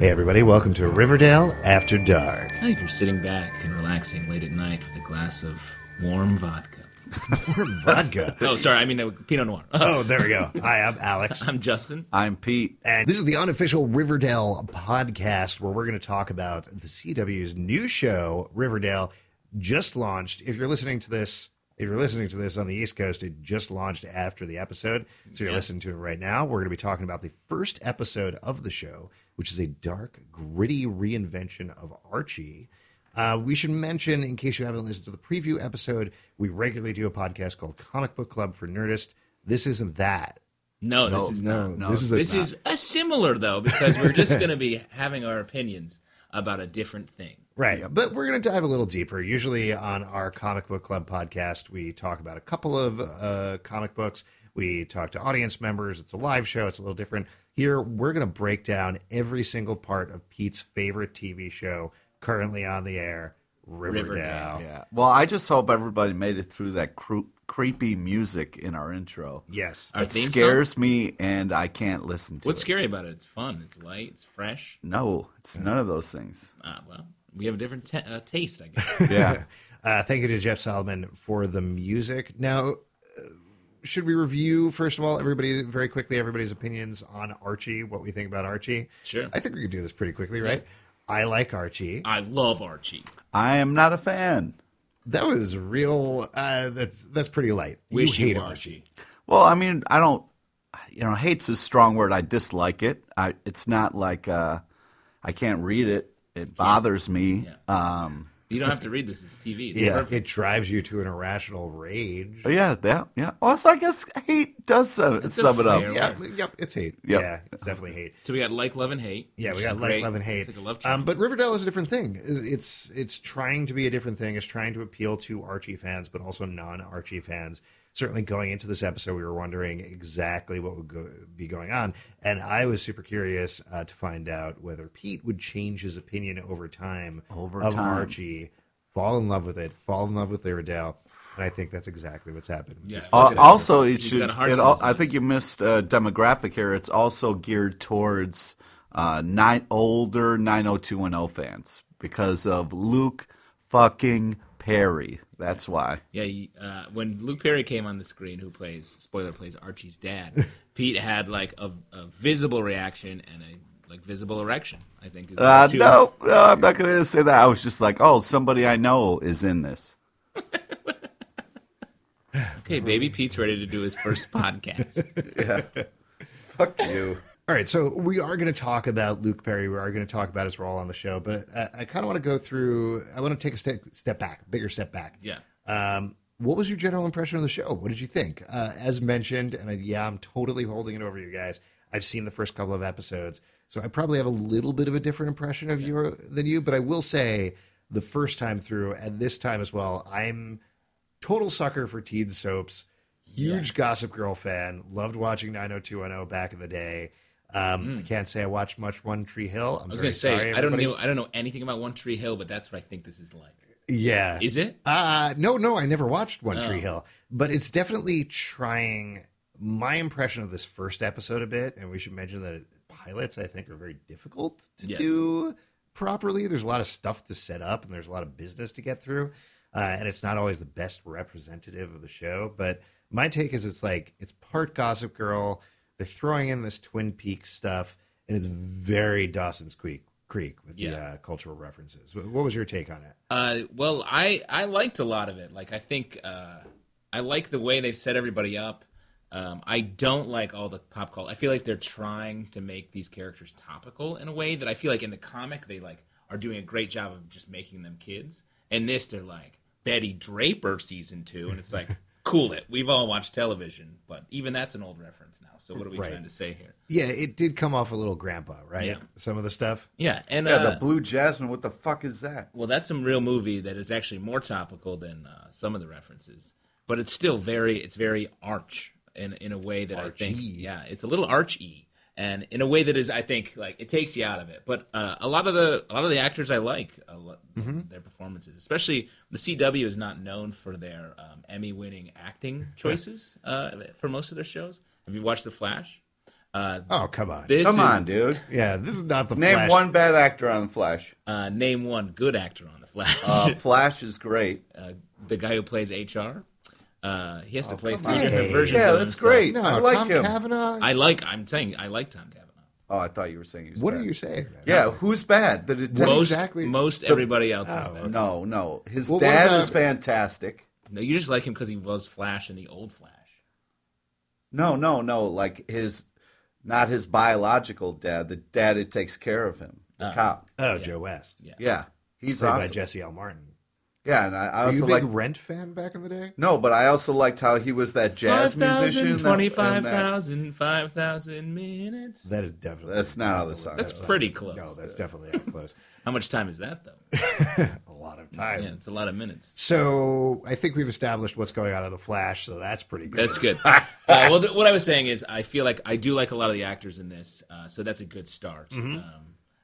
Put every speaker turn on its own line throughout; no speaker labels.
Hey, everybody, welcome to Riverdale After Dark.
I think you're sitting back and relaxing late at night with a glass of warm vodka.
Vodka.
Oh, sorry, I mean uh, Pinot Noir.
Oh, there we go. Hi, I'm Alex.
I'm Justin.
I'm Pete.
And this is the unofficial Riverdale podcast where we're going to talk about the CW's new show, Riverdale, just launched. If you're listening to this, if you're listening to this on the East Coast, it just launched after the episode. So you're listening to it right now. We're going to be talking about the first episode of the show, which is a dark, gritty reinvention of Archie. Uh, we should mention, in case you haven't listened to the preview episode, we regularly do a podcast called Comic Book Club for Nerdist. This isn't that.
No, this is
no,
not.
no.
this is a-
This is a similar though because we're just going to be having our opinions about a different thing.
Right. But we're going to dive a little deeper. Usually on our Comic Book Club podcast, we talk about a couple of uh, comic books. We talk to audience members. It's a live show, it's a little different. Here, we're going to break down every single part of Pete's favorite TV show currently on the air, Riverdale.
Yeah. Well, I just hope everybody made it through that cru- creepy music in our intro.
Yes.
Our
It
theme song?
scares me, and I can't listen to
What's
it.
scary about it? It's fun. It's light. It's fresh.
No, it's none of those things.
Ah, well, we have a different ta uh, taste, I guess.
Yeah.
Uh, thank you to Jeff Solomon for the music. Now, uh, should we review first of all everybody very quickly everybody's opinions on Archie? What we think about Archie?
Sure.
I think we could do this pretty quickly, right? I like Archie.
I love Archie.
I am not a fan.
That was real. Uh, that's that's pretty light. You
Wish
hate Archie.
Archie.
Well, I mean, I don't. You know, hate's a strong word. I dislike it. I. It's not like uh, I can't read it. It bothers me. Um.
You don't have to read this. It's TV. It's
Yeah,
perfect.
it drives you to an irrational rage.
But yeah. Yeah. Yeah. Also, I guess hate does uh,
a
sum it up.
fair-
Yep, yep, it's hate.
Yep.
Yeah, it's definitely hate.
So we got like, love, and hate.
Yeah,
which
we
is
got like
great.
love and hate.
It's like a love triangle.
um, but Riverdale is a different thing. It's it's trying to be a different thing. It's trying to appeal to Archie fans, but also non Archie fans. Certainly, going into this episode, we were wondering exactly what would go, be going on, and I was super curious uh, to find out whether Pete would change his opinion over time
Over
of
time.
Archie, fall in love with it, fall in love with Riverdale, and I think that's exactly what's happened.
Yeah.
Uh, also, it
He's
should.
got a heart
It al-
disease.
I think you missed a demographic here. It's also geared towards uh, nine oh older 90210 fans because of Luke fucking Perry. That's why.
Yeah, he, uh, when Luke Perry came on the screen, who plays spoiler plays Archie's dad, Pete had like a, a visible reaction and a like visible erection. I think is the
Uh,
two-
no, no, I'm not going to say that. I was just like, oh, somebody I know is in this.
Okay, baby Pete's ready to do his first podcast.
Fuck you.
All right, so we are going to talk about Luke Perry. We are going to talk about his role on the show, but I, I kind of want to go through. I want to take a step step back, bigger step back.
Yeah.
Um, what was your general impression of the show? What did you think? Uh, as mentioned, and I, yeah, I'm totally holding it over you guys. I've seen the first couple of episodes, so I probably have a little bit of a different impression of you than you. But I will say, the first time through, and this time as well, I'm total sucker for teen soaps. Huge Gossip Girl fan. Loved watching 90210 back in the day. Um, I can't say I watched much One Tree Hill. I'm
Hmm. I was
very
gonna say
sorry,
I don't
everybody.
know I don't know anything about One Tree Hill, but that's what I think this is like.
Yeah,
Is it?
Uh no, no, I never watched One
Oh.
Tree Hill, but it's definitely trying my impression of this first episode a bit, and we should mention that pilots I think are very difficult to
Yes.
do properly. There's a lot of stuff to set up, and there's a lot of business to get through, uh, and it's not always the best representative of the show. But my take is it's like it's part Gossip Girl. They're throwing in this Twin Peaks stuff, and it's very Dawson's Creek Creek with the
Yeah.
uh, cultural references. Wh- What was your take on it?
Uh, well, I I liked a lot of it. Like I think uh, I like the way they've set everybody up. Um, I don't like all the pop culture. I feel like they're trying to make these characters topical in a way that I feel like in the comic they like are doing a great job of just making them kids. And this they're like Betty Draper season two, and it's like cool it. We've all watched television, but even that's an old reference now. So what are we
Right.
trying to say here?
Yeah, it did come off a little grandpa, right?
Yeah.
Some of the stuff.
Yeah, and
Yeah,
uh,
the Blue Jasmine. What the fuck is that?
well, that's some real movie that is actually more topical than uh, some of the references, but it's still very it's very arch in in a way that I think
Archy.
yeah, it's a little archy, and in a way that is I think like it takes you out of it. But uh, a lot of the a lot of the actors I like a lot,
Mm-hmm.
their performances, especially the CW is not known for their um, Emmy winning acting choices uh, for most of their shows. Have you watched The Flash? Uh,
Oh, come on.
this
Come
is,
on, dude.
yeah, this is not the
Name
Flash.
one bad actor on the Flash.
Uh, name one good actor on The Flash.
Uh, Flash is great.
uh, the guy who plays HR. Uh, he has to play
Oh, come
three
on.
different
Hey.
versions.
Yeah,
of
that's
himself.
great.
No,
I like
Tom
him.
Kavanaugh.
I like. I'm saying I like Tom Cavanaugh.
Oh, I thought you were saying he was
what
bad.
are you saying? man?
Yeah, who's bad? The detective.
Most
exactly-
most everybody else. is bad.
Oh, No, no. His
Well, what
dad
about-
is fantastic.
No, you just like him because he was Flash in the old Flash.
No, no, no. Like his, not his biological dad. The dad that takes care of him. The cop.
Oh, Joe West.
Yeah.
Yeah, he's
Played by
awesome.
Jesse L. Martin.
Yeah, and I, I
Were you
also
a
like.
big Rent fan back in the day?
No, but I also liked how he was that jazz musician. that- and that-
25,000, 5,000 minutes.
That is definitely.
That's not how the song.
That's
goes.
pretty close.
No, that's definitely out close.
How much time is that though?
A lot of time.
Yeah, it's a lot of minutes.
So I think we've established what's going on in the Flash. So that's pretty good.
That's good. uh, well, th- what I was saying is, I feel like I do like a lot of the actors in this, uh, so that's a good start.
Mm-hmm.
Um,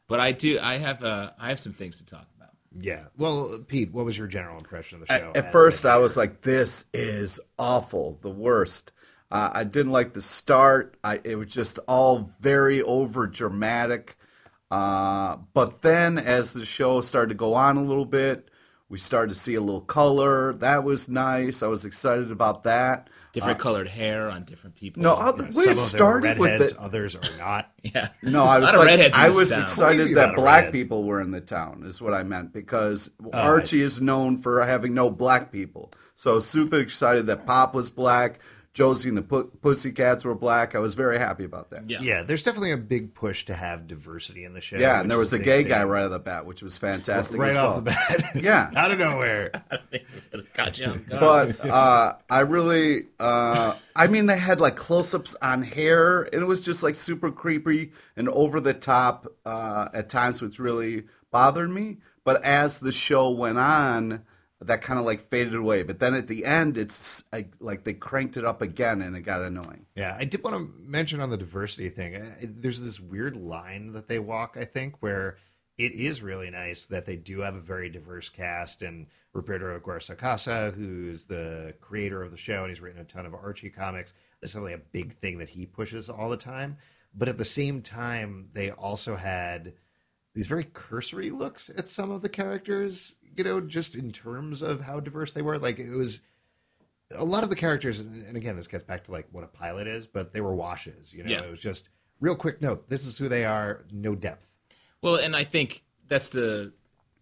but I do, I have, uh, I have some things to talk about.
yeah. Well, Pete, what was your general impression of the show?
At, at
as
first, uh,
the-
I was like, "This is awful, the worst." Uh, I didn't like the start. I, it was just all very over dramatic. Uh, but then, as the show started to go on a little bit, we started to see a little color. That was nice. I was excited about that.
Different colored hair on different people.
Uh, No, I'll,
Some
we had
of them are
started with
redheads,
it.
others are not.
yeah,
No, I
A lot
was
of
like,
redheads in
I
this
was
town.
Crazy
excited
amount
that
of
black
redheads.
people were in the town. Is what I meant because
Oh,
Archie is known for having no black people. So I was super excited that Pop was black, Josie and the P- Pussycats were black. I was very happy about that.
Yeah.
Yeah, there's definitely a big push to have diversity in the show.
Yeah,
which
and there
is
was a
big
gay
thing.
guy right out of the bat, which was fantastic.
right
as
off
well.
the bat,
Yeah,
out of nowhere.
Got you on guard.
but uh, I really, uh, I mean, they had like close-ups on hair, and it was just like super creepy and over the top uh, at times, which really bothered me. But as the show went on, that kind of like faded away. But then at the end, it's like, like they cranked it up again, and it got annoying.
Yeah, I did want to mention on the diversity thing. uh, There's this weird line that they walk, I think, where it is really nice that they do have a very diverse cast. And Roberto Garza Casa, who's the creator of the show, and he's written a ton of Archie comics. That's definitely a big thing that he pushes all the time. But at the same time, they also had these very cursory looks at some of the characters, you know, just in terms of how diverse they were. Like it was a lot of the characters, and and again, this gets back to like what a pilot is, but they were washes. You know,
Yeah.
it was just real quick note. This is who they are. No depth.
Well, and I think that's the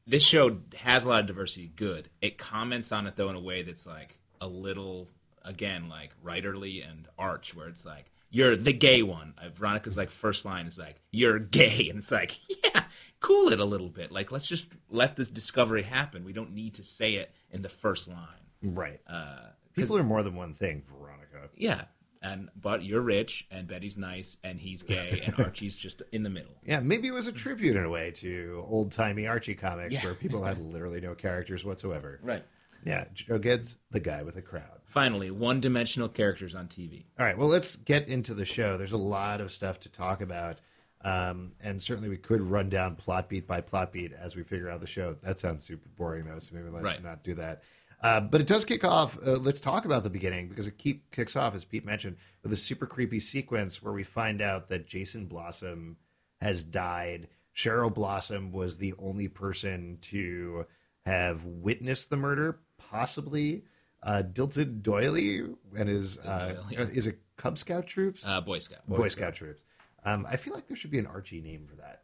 this show has a lot of diversity. Good. It comments on it though in a way that's like a little again like writerly and arch, where it's like you're the gay one. Uh, Veronica's like first line is like you're gay, and it's like yeah, cool it a little bit. Like let's just let this discovery happen. We don't need to say it in the first line.
Right. Uh, People are more than one thing, Veronica.
Yeah. And but you're rich, and Betty's nice, and he's gay, and Archie's just in the middle.
Yeah, maybe it was a tribute in a way to old timey Archie comics
Yeah.
where people had literally no characters whatsoever.
Right.
Yeah, Joe Gids, the guy with a crowd.
Finally, one-dimensional characters on TV.
All right. Well, let's get into the show. There's a lot of stuff to talk about. Um, and certainly we could run down plot beat by plot beat as we figure out the show. That sounds super boring, though. So maybe let's
Right.
not do that. Uh, but it does kick off. Uh, let's talk about the beginning because it keep, kicks off, as Pete mentioned, with a super creepy sequence where we find out that Jason Blossom has died. Cheryl Blossom was the only person to have witnessed the murder, possibly. Uh, Dilton Doily and his uh,
Doily.
is it Cub Scout troops?
Uh, Boy Scout.
Boy, Scout, troops. Um, I feel like there should be an Archie name for that.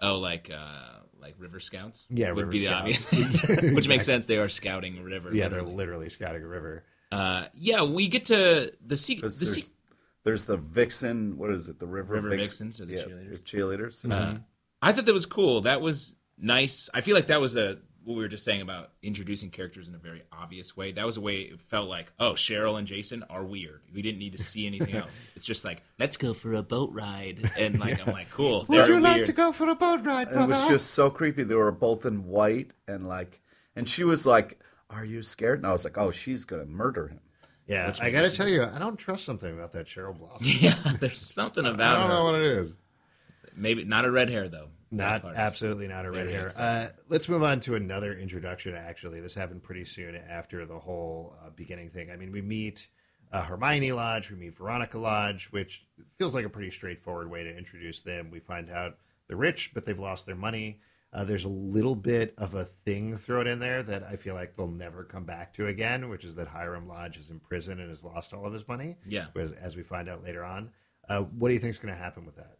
Oh, like uh, like River Scouts.
Yeah, River
would be
Scouts.
the obvious, which makes sense. They are scouting river.
Yeah,
literally.
they're literally scouting a river.
Uh, yeah, we get to the sea. The
'Cause there's,
sea-
there's the vixen. What is it? The river,
River
Vix-
Vixens or the
yeah,
cheerleaders? Uh-huh.
cheerleaders.
I thought that was cool. That was nice. I feel like that was a what we were just saying about introducing characters in a very obvious way. That was a way it felt like, oh, Cheryl and Jason are weird. We didn't need to see anything else. It's just like, let's go for a boat ride, and like I'm like, cool.
Would
they're
you like
weird.
to go for a boat ride,
And it
brother?
was just so creepy. They were both in white and like, and she was like, "Are you scared?" And I was like, "Oh, she's gonna murder him."
yeah, I got to tell you, I don't trust something about that Cheryl Blossom.
Yeah, there's something
I
about
don't know
her.
what it is.
Maybe not a red hair though.
Not
That part's-
absolutely not a red
Very
hair. Uh, let's move on to another introduction. Actually, this happened pretty soon after the whole uh, beginning thing. I mean, we meet uh, Hermione Lodge, we meet Veronica Lodge, which feels like a pretty straightforward way to introduce them. We find out they're rich, but they've lost their money. Uh, there's a little bit of a thing thrown in there that I feel like they'll never come back to again, which is that Hiram Lodge is in prison and has lost all of his money.
Yeah.
as, as we find out later on. Uh, what do you think's going to happen with that?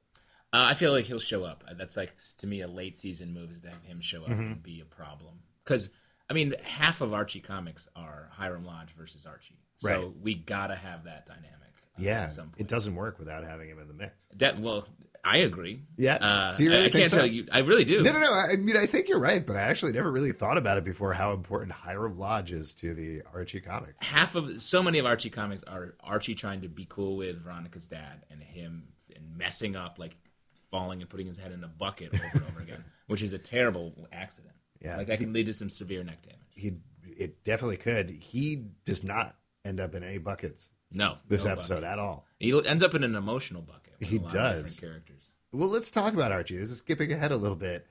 Uh, I feel like he'll show up. Uh, That's like to me a late season move is to have him show up
Mm-hmm.
and be a problem. Because I mean, half of Archie comics are Hiram Lodge versus Archie, so
Right.
we gotta have that dynamic. uh,
Yeah,
at some point.
it doesn't work without having him in the mix.
That well, I agree.
Yeah.
uh,
Do you really
I, I
think
can't
so?
tell you. I really do.
No, no, no. I mean, I think you're right, but I actually never really thought about it before how important Hiram Lodge is to the Archie comics.
Half of so many of Archie comics are Archie trying to be cool with Veronica's dad and him and messing up, like falling and putting his head in a bucket over and over again, which is a terrible accident.
Yeah.
like that can lead to some severe neck damage.
He, it definitely could. He does not end up in any buckets
No,
this
no
episode
buckets.
at all.
He l- ends up in an emotional bucket. with
He
a lot of different
does.
characters.
Well, let's talk about Archie. This is skipping ahead a little bit.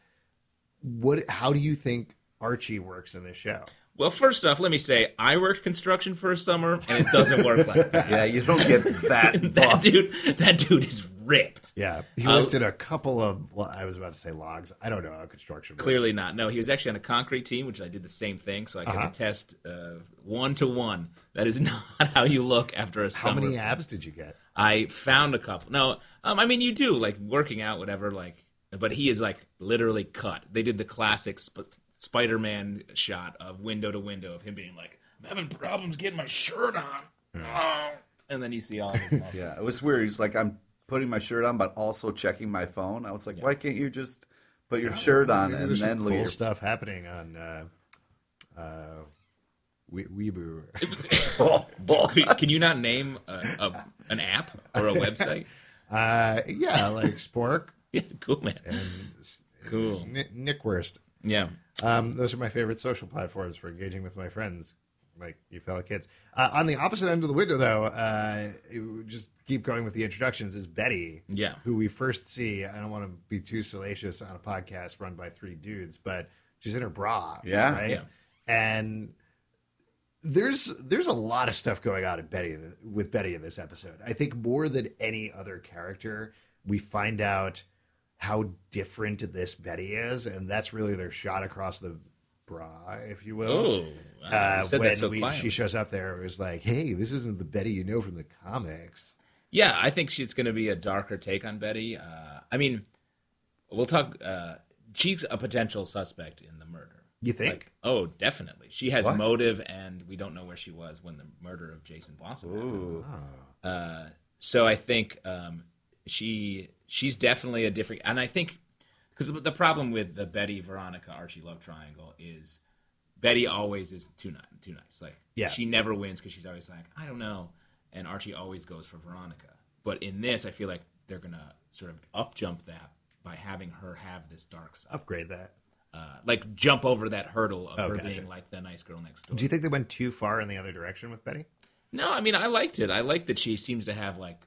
What? How do you think Archie works in this show?
Well, first off, let me say I worked construction for a summer, and it doesn't work like that.
Yeah, you don't get that.
That dude, that dude is ripped.
Yeah, he
Uh,
lifted a couple of. Well, I was about to say logs. I don't know how construction. works.
Clearly not. No, he was actually on a concrete team, which I did the same thing, so I
Uh-huh.
can attest uh, one to one. That is not how you look after a
How
summer.
many abs did you get?
I found a couple. No, um, I mean you do like working out, whatever. Like, but he is like literally cut. They did the classic sp- Spider-Man shot of window to window of him being like, "I'm having problems getting my shirt on,"
Hmm.
Oh. and then you see all of his muscles.
Yeah, it was weird. He's like, I'm putting my shirt on, but also checking my phone. I was like, why can't you just put your shirt on
Maybe
and
there's some
then
cool
leave?
stuff happening on uh, uh, we- Weeboo.
Oh, Can you not name a, a, an app or a website?
Uh, yeah, like Spork
yeah, cool man. Cool.
Ni- Nickwurst.
Yeah.
Um, those are my favorite social platforms for engaging with my friends, like you fellow kids. Uh, on the opposite end of the window, though, uh, it- just keep going with the introductions, is Betty,
Yeah.
who we first see. I don't want to be too salacious on a podcast run by three dudes, but she's in her bra.
Yeah.
Right?
Yeah.
And there's there's a lot of stuff going on in Betty with Betty in this episode. I think more than any other character, we find out how different this Betty is, and that's really their shot across the bra, if you will.
Oh, wow.
Uh,
You said
when
that so
we,
quietly.
she shows up there, it was like, "Hey, this isn't the Betty you know from the comics."
Yeah, I think she's going to be a darker take on Betty. Uh, I mean, we'll talk. Uh, she's a potential suspect in the murder.
You think?
Like, oh, definitely. She has
What?
motive, and we don't know where she was when the murder of Jason Blossom happened. Uh, so I think um, she she's definitely a different. And I think because the problem with the Betty Veronica Archie love triangle is Betty always is too nice. Too nice. Like
Yeah.
she never wins because she's always like, I don't know, and Archie always goes for Veronica. But in this, I feel like they're gonna sort of up jump that by having her have this dark side,
Upgrade that.
uh, like jump over that hurdle of
Oh,
her
gotcha.
being like the nice girl next door.
Do you think they went too far in the other direction with Betty?
No, I mean I liked it. I like that she seems to have like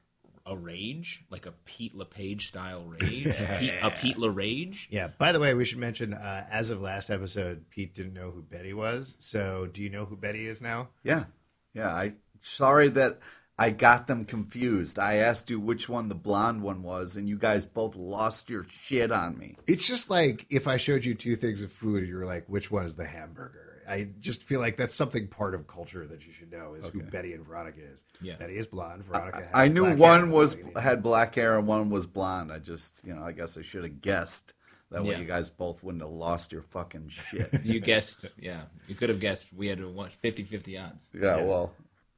a rage, like a Pete LePage style rage, Pete- a Pete LaRage.
Yeah. By the way, we should mention uh, as of last episode, Pete didn't know who Betty was. So, do you know who Betty is now?
Yeah, yeah. I sorry that I got them confused. I asked you which one the blonde one was, and you guys both lost your shit on me.
It's just like if I showed you two things of food, you were like, "Which one is the hamburger?" I just feel like that's something part of culture that you should know is who Betty and Veronica is.
Yeah.
Betty is blonde. Veronica.
I
has
knew
black hair.
one
That's
was
all you need.
had black hair and one was blonde. I just, you know, I guess I should have guessed. That way,
Yeah.
you guys both wouldn't have lost your fucking shit.
You guessed, yeah. You could have guessed. We had a one- 50-50 odds.
yeah, well,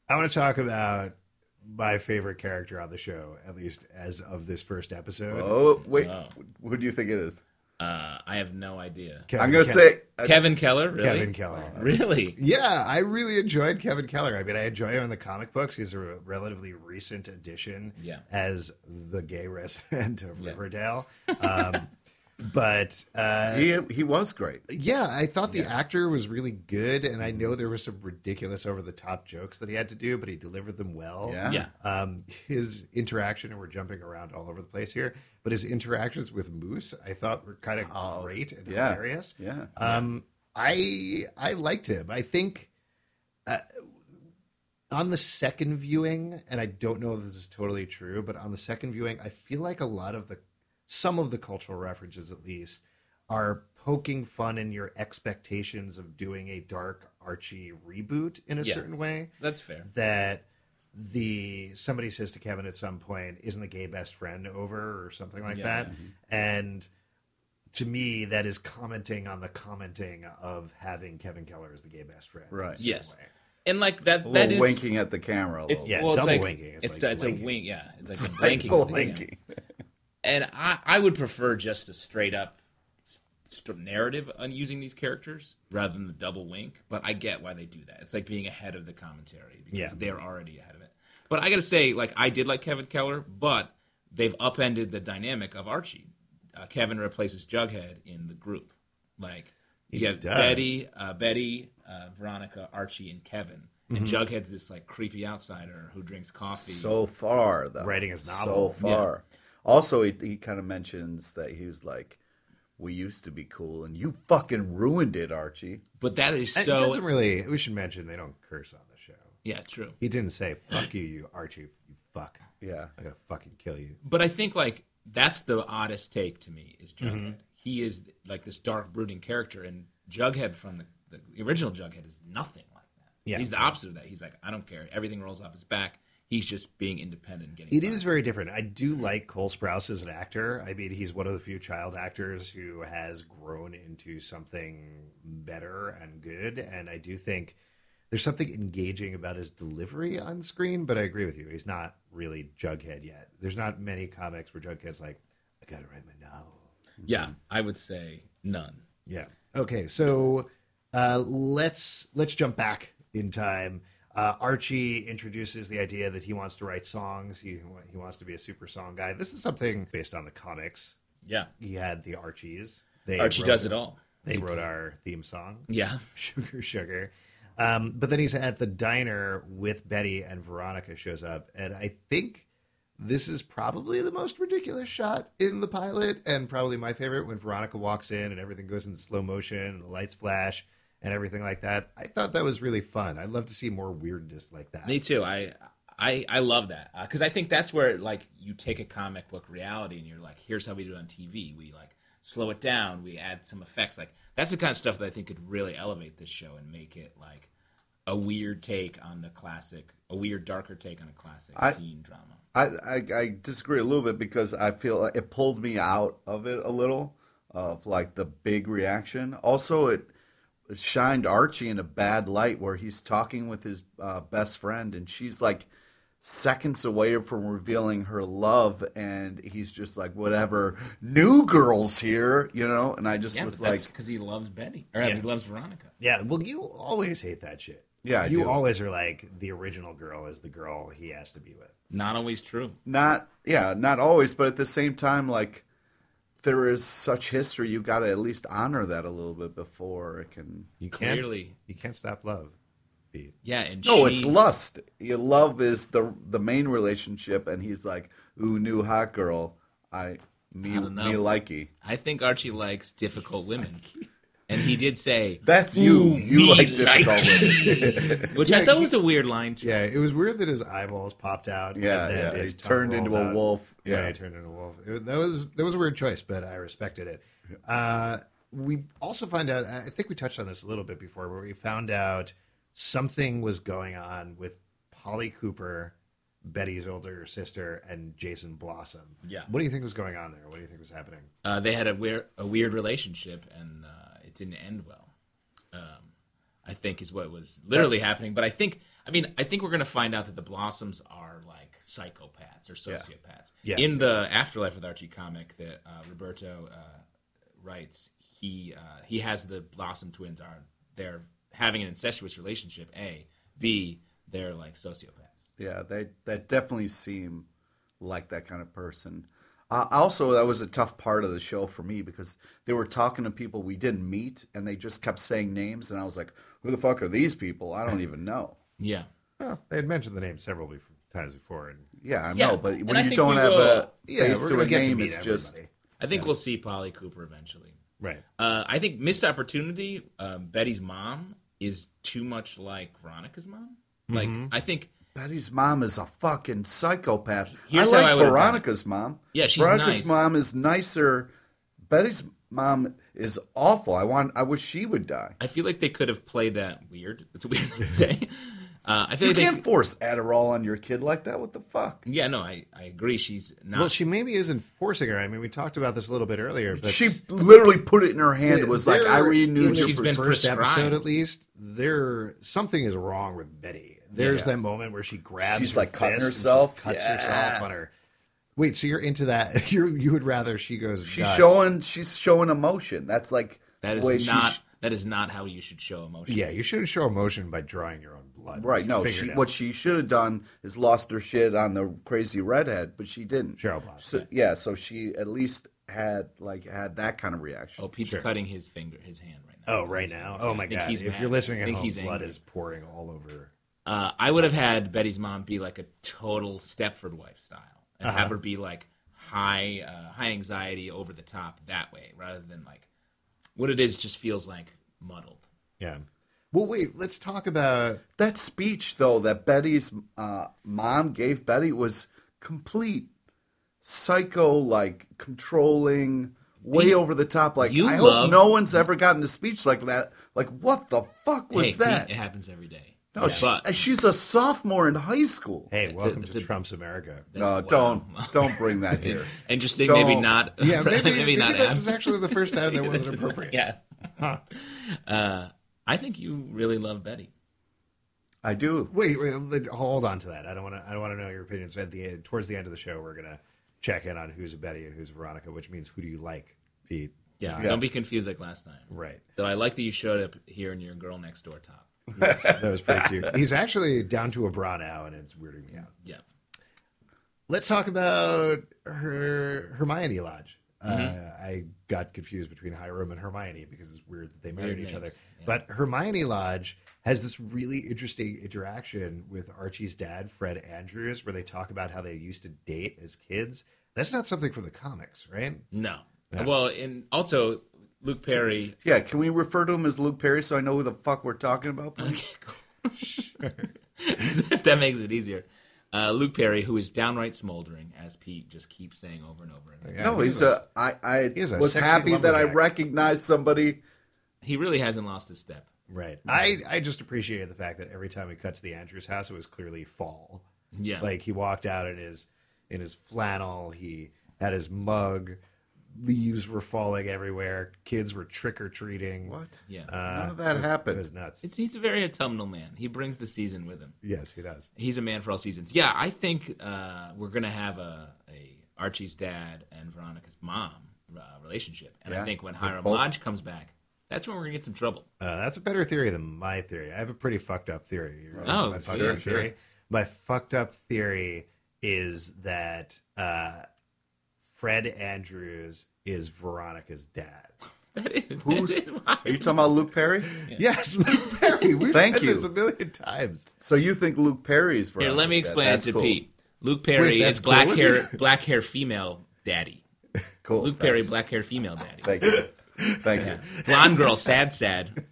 I want to talk about my favorite character on the show, at least as of this first episode.
oh wait, who oh, do you think it is?
Uh, I have no idea.
Kevin
I'm gonna
Keller.
say uh,
Kevin Keller, really?
Kevin uh, Keller.
Really?
Yeah, I really enjoyed Kevin Keller. I mean, I enjoy him in the comic books. He's a re- relatively recent addition
Yeah.
as the gay resident of
Yeah.
Riverdale. Um, but uh,
he he was great.
yeah, I thought the actor was really good, and I know there were some ridiculous over the top jokes that he had to do, but he delivered them well.
Yeah.
Yeah.
Um, his interaction, and we're jumping around all over the place here, but his interactions with Moose, I thought were kind of great and
yeah.
hilarious.
Yeah.
Um, I I liked him. I think uh, on the second viewing, and I don't know if this is totally true, but on the second viewing, I feel like a lot of the some of the cultural references, at least, are poking fun in your expectations of doing a dark Archie reboot in a
Yeah.
certain way
That's fair.
that the somebody says to Kevin at some point, "Isn't the gay best friend over?" or something like
Yeah,
that,
yeah.
and to me, that is commenting on the commenting of having Kevin Keller as the gay best friend. in a
Right.
certain
Yes.
way.
And like that that
A little
is
winking at the camera. A
It's
little.
Yeah,
well, it's
double
like,
winking. It's
It's,
like
it's
winking.
a wink. Yeah, it's like a
Like,
blanking.
full
thing, yeah.
winking.
and I, I would prefer just a straight up s- st- narrative on using these characters rather than the double wink. But I get why they do that. It's like being ahead of the commentary because
Yeah.
they're already ahead of it. But I gotta say, like I did like Kevin Keller, but they've upended the dynamic of Archie. Uh, Kevin replaces Jughead in the group. Like you have
does.
Betty, uh, Betty, uh, Veronica, Archie, and Kevin. And
Mm-hmm.
Jughead's this like creepy outsider who drinks coffee.
so far though
Writing his
so
novel.
far also he, he kind of mentions that he was like we used to be cool and you fucking ruined it archie
but that is
And
so
it doesn't really. We should mention they don't curse on the show.
yeah, true.
He didn't say "fuck you, you Archie, you fuck."
yeah
I'm gonna fucking kill you.
but I think like that's the oddest take to me is Jughead.
Mm-hmm.
He is like this dark brooding character, and Jughead from the, the original Jughead is nothing like that.
Yeah.
he's the opposite of that. He's like, I don't care. Everything rolls off his back. He's just being independent. and Getting
It
by.
is very different. I do like Cole Sprouse as an actor. I mean, he's one of the few child actors who has grown into something better and good. And I do think there's something engaging about his delivery on screen, but I agree with you. He's not really Jughead yet. There's not many comics where Jughead's like, I got to write my novel.
Yeah, I would say none.
Yeah. Okay. So uh, let's let's jump back in time. Uh, Archie introduces the idea that he wants to write songs. He wa- he wants to be a super song guy. This is something based on the comics.
Yeah,
He had the Archies. They
Archie
wrote-
does it all.
They wrote our theme song,
Yeah,
"Sugar Sugar." Um, but then he's at the diner with Betty, and Veronica shows up. And I think this is probably the most ridiculous shot in the pilot, and probably my favorite when Veronica walks in and everything goes in slow motion and the lights flash and everything like that. I thought that was really fun. I'd love to see more weirdness like that.
me too. I. I, I love that because I think that's where like you take a comic book reality and you're like here's how we do it on TV we like slow it down we add some effects like that's the kind of stuff that I think could really elevate this show and make it like a weird take on the classic a weird darker take on a classic
I-
teen drama
I, I I disagree a little bit because I feel like it pulled me out of it a little of like the big reaction. Also, it it shined Archie in a bad light where he's talking with his uh, best friend and she's like seconds away from revealing her love and he's just like whatever new girls here you know and i just
yeah but
was
that's
like
because he loves Betty or he loves Veronica
Yeah, well, you always hate that shit.
Yeah, I
you
do.
always are like the original girl is the girl he has to be with.
not always true
not yeah not always but at the same time like there is such history you got to at least honor that a little bit before it can
You can't
Clearly.
you can't stop love. Pete.
yeah and
no
she,
it's lust your love is the the main relationship and he's like ooh new hot girl i me
don't know.
me likey
I think Archie likes difficult women and he did say
that's you
"Ooh,
you
me
like difficult women.
likey," which I thought was a weird line choice.
Yeah, it was weird that his eyeballs popped out.
yeah
and then
yeah
his
he
tongue
turned
rolled
into a
out.
wolf
Yeah,
yeah
he turned into a wolf. It- that was that was a weird choice, but I respected it. Uh, we also find out. I I think we touched on this a little bit before, but we found out something was going on with Polly Cooper, Betty's older sister, and Jason Blossom.
Yeah.
What do you think was going on there? What do you think was happening?
uh, they had a weird, a weird relationship, and uh, it didn't end well. Um, I think is what was literally happening. But I think, I mean, I think we're going to find out that the Blossoms are like psychopaths or sociopaths.
Yeah.
In the Afterlife with Archie comic that uh, Roberto uh, writes, he uh, he has the Blossom twins are they're having an incestuous relationship. A, B, they're like sociopaths.
Yeah, they that definitely seem like that kind of person. Uh, also, that was a tough part of the show for me because they were talking to people we didn't meet, and they just kept saying names, and I was like, "Who the fuck are these people? I don't even know."
Yeah.
Well, they had mentioned the name several bef- times before, and
Yeah, I
Yeah,
know, but
and I
when you
think
don't
we
have
will-
a
yeah,
face
we're
to
gonna
a
get to
name,
meet
it's just
everybody.
I think we'll see Polly Cooper eventually.
right.
Uh, I think missed opportunity. Um, Betty's mom is too much like Veronica's mom. Like
Mm-hmm.
I think,
Betty's mom is a fucking psychopath.
Here's
I
how I
like
would've done it.
Veronica's mom.
Yeah, she's
Veronica's
nice.
mom is nicer. Betty's mom is awful. I want. I wish she would die.
I feel like they could have played that weird. It's a weird thing to say. Uh, I feel
You
like they,
can't force Adderall on your kid like that. What the fuck?
yeah, no, I, I agree. She's not.
Well, she maybe isn't forcing her. I mean, we talked about this a little bit earlier, but
She literally put it in her hand. It was like,
there-
I renewed
in
your
the
she's been
first episode,
prescribed.
at least there something is wrong with Betty. There's that moment where she grabs,
She's,
her
like, cutting
fist and just
herself.
cuts
Yeah.
herself on her. Wait, so you're into that? You you would rather she goes?
She's
nuts.
showing. She's showing emotion. That's like
that
the way
is
she
not.
sh-
that is not how you should show emotion.
Yeah, you shouldn't show emotion by drawing your own blood.
Right. No.
Figure
She,
it out.
what she should have done is lost her shit on the crazy redhead, but she didn't.
Cheryl Block,
So, yeah. So she at least had like had that kind of reaction.
Oh, Pete's cutting his finger, his hand right now.
Oh, right now. Oh my
think
god!
he's
If
mad.
you're listening
I
at
think
home,
he's
blood
angry.
is pouring all over.
Uh, I would have had Betty's mom be like a total Stepford wife style, and
Uh-huh.
have her be like high, uh, high anxiety, over the top that way, rather than like what it is. Just feels like muddled.
Yeah. Well, wait. Let's talk about
That speech though that Betty's uh, mom gave Betty was complete psycho, like controlling, way
Pete,
over the top. Like
you
I
love-
hope no one's ever gotten a speech like that. Like what the fuck was
Hey,
that?
Pete, it happens every day.
No, she,
but
she's a sophomore in high school.
hey,
That's a-
welcome
that's
to
a-
Trump's America.
no,
wow.
don't don't bring that here.
interesting.
Don't-
Maybe not.
Yeah, maybe, maybe
not.
this
apt.
is actually the first time that wasn't appropriate.
yeah. Uh, I think you really love Betty.
I do.
Wait, wait, let- hold on to that. I don't want to. I don't want to know your opinions. At the end, towards the end of the show, we're gonna check in on who's Betty and who's Veronica, which means who do you like, Pete?
Yeah,
Yeah.
Don't be confused like last time.
Right.
Though I like that you showed up here in your girl next door top.
Yes, that was pretty cute. He's actually down to a bra now, and it's weirding me out.
Yeah.
Let's talk about her Hermione Lodge.
Mm-hmm.
Uh, I got confused between Hiram and Hermione because it's weird that they married
Weird
each
names,
other.
yeah.
But Hermione Lodge has this really interesting interaction with Archie's dad, Fred Andrews, where they talk about how they used to date as kids. That's not something from the comics, right?
No. Well, and also Luke Perry.
Yeah, can we refer to him as Luke Perry so I know who the fuck we're talking about, please?
if that makes it easier. Uh, Luke Perry, who is downright smoldering, as Pete just keeps saying over and over again.
Yeah,
no,
he
he's uh,
was-
a. I I
He's a
was
sexy
happy that I
lumberjack.
recognized somebody.
He really hasn't lost a step.
right. I I just appreciated the fact that every time we cut to the Andrews house, it was clearly fall.
Yeah.
Like he walked out in his in his flannel, he had his mug, leaves were falling everywhere, kids were trick or treating.
What?
yeah. Uh,
None of that happened.
It was nuts.
It's, he's a very autumnal man. He brings the season with him.
yes, he does.
He's a man for all seasons. Yeah, I think uh, we're gonna have a, a Archie's dad and Veronica's mom uh, relationship, and
Yeah,
I think when
they're
Hiram
both-
Lodge comes back, that's when we're gonna get some trouble.
Uh, that's a better theory than my theory. I have a pretty fucked up theory. You ready for
Oh,
my fucked
sure,
up
sure.
theory. My fucked up theory is that uh, Fred Andrews is Veronica's dad.
That is,
Who's-
that is why-
Are you talking about Luke Perry?
Yes, Luke Perry. We've
Thank
said
you.
this a million times.
So you think Luke Perry's
Here,
Veronica's
let me
dad.
explain it
That's
to
cool.
Pete. Luke Perry
that's
is black
cool.
hair, black hair female daddy.
Cool.
Luke Perry,
thanks.
black hair female daddy.
Thank you. Thank you.
Blonde girl, sad, sad.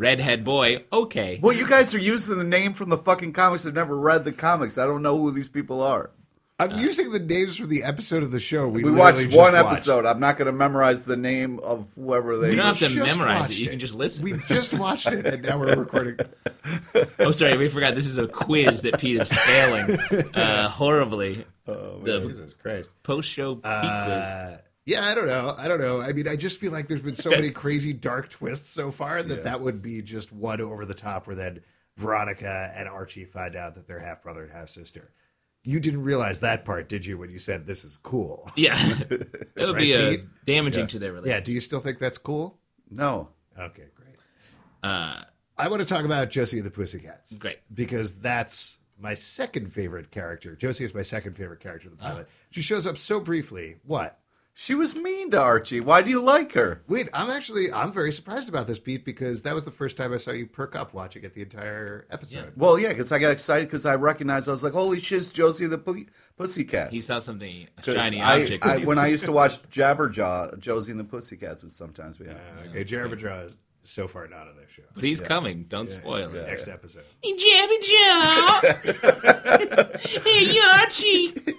Redhead boy, okay.
Well, you guys are using the name from the fucking comics. I've never read the comics. I don't know who these people are.
Uh,
I'm using the names from the episode of the show. We,
We
literally
watched
just
one
watched.
episode. I'm not going to memorize the name of whoever they.
You don't have to
just
memorize
watched
it. You
it.
can just listen.
We just watched it, and now we're recording.
Oh, sorry, we forgot. This is a quiz that Pete is failing uh, horribly. the
Jesus Christ!
post-show Pete quiz.
Oh, Uh, yeah, I don't know. I don't know. I mean, I just feel like there's been so many crazy dark twists so far that that would be just one over the top, where then Veronica and Archie find out that they're half brother and half sister. You didn't realize that part, did you, when you said this is cool?
Yeah, it would be
Right,
uh,
Pete?
damaging to their relationship.
Yeah. Do you still think that's cool?
No.
Okay, great. Uh, I want to talk about Josie and the Pussycats.
Great.
Because that's my second favorite character. Josie is my second favorite character in the pilot. She shows up so briefly. What?
She was mean to Archie. Why do you like her?
Wait, I'm actually I'm very surprised about this, Pete, because that was the first time I saw you perk up watching it the entire episode.
Well, yeah, because I got excited because I recognized I was like, "Holy shit, it's Josie the Pussy Pussycats."
He saw something a
'Cause
shiny
I-
object.
I- when I used to watch Jabberjaw, Josie and the Pussycats would sometimes be on.
Uh, Okay, Jeremy Draw is so far not on this show.
but he's coming. Don't spoil it.
Next episode.
Jabby Joe. hey, Archie.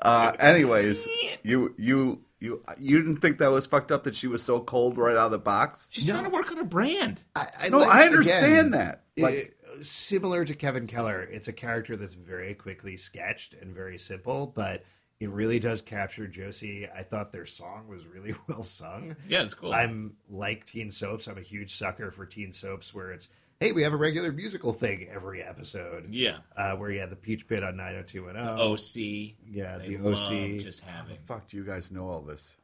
Uh, anyways, you you you you didn't think that was fucked up that she was so cold right out of the box?
She's trying to work on her brand.
No,
like-
I understand
again,
that. Like,
uh, similar to Kevin Keller, it's a character that's very quickly sketched and very simple, but it really does capture Josie. I thought their song was really well sung.
Yeah, it's cool.
I'm like teen soaps. I'm a huge sucker for teen soaps where it's, hey, we have a regular musical thing every episode.
yeah.
Uh, where you had the Peach Pit on 90210.
OC.
Yeah,
They
the
love
OC.
Just having.
fuck, do you guys know all this?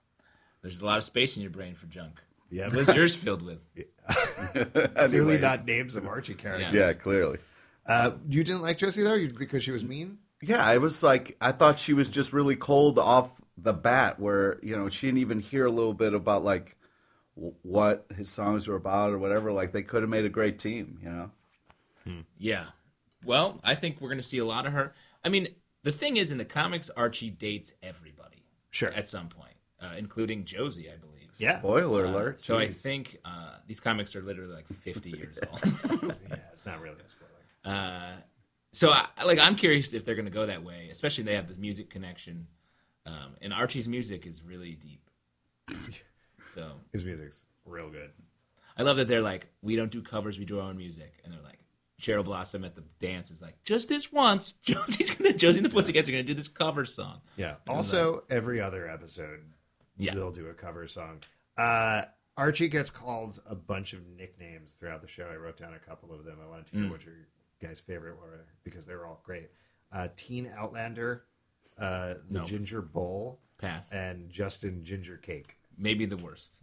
There's a lot of space in your brain for junk.
Yeah.
What is yours filled with?
Clearly
Anyways.
not names of Archie characters.
Yeah, clearly.
Uh, you didn't like Josie, though, You- because she was mean?
Yeah, I was like, I thought she was just really cold off the bat, where you know she didn't even hear a little bit about like w- what his songs were about or whatever. Like they could have made a great team, you know.
Yeah. Well, I think we're going to see a lot of her. I mean, the thing is, in the comics, Archie dates everybody.
Sure.
At some point, uh, including Josie, I believe.
Yeah.
Spoiler alert.
So I
Jeez.
think uh, these comics are literally like 50 years old.
Yeah, it's not really a spoiler.
so I, like I'm curious if they're going to go that way, especially they have the music connection. Um, and Archie's music is really deep. so
His music's real good.
I love that they're like, we don't do covers, we do our own music. And they're like, Cheryl Blossom at the dance is like, just this once, Josie's gonna, Josie and the Pussycats are gonna do this cover song.
Yeah. Also, every other episode,
Yeah.
they'll do a cover song. Uh, Archie gets called a bunch of nicknames throughout the show. I wrote down a couple of them. I wanted to
Mm.
hear what your guys' favorite were because they were all great. Uh, Teen Outlander, uh, the
No.
Ginger Bull,
Pass.
and Justin Ginger Cake.
Maybe the worst.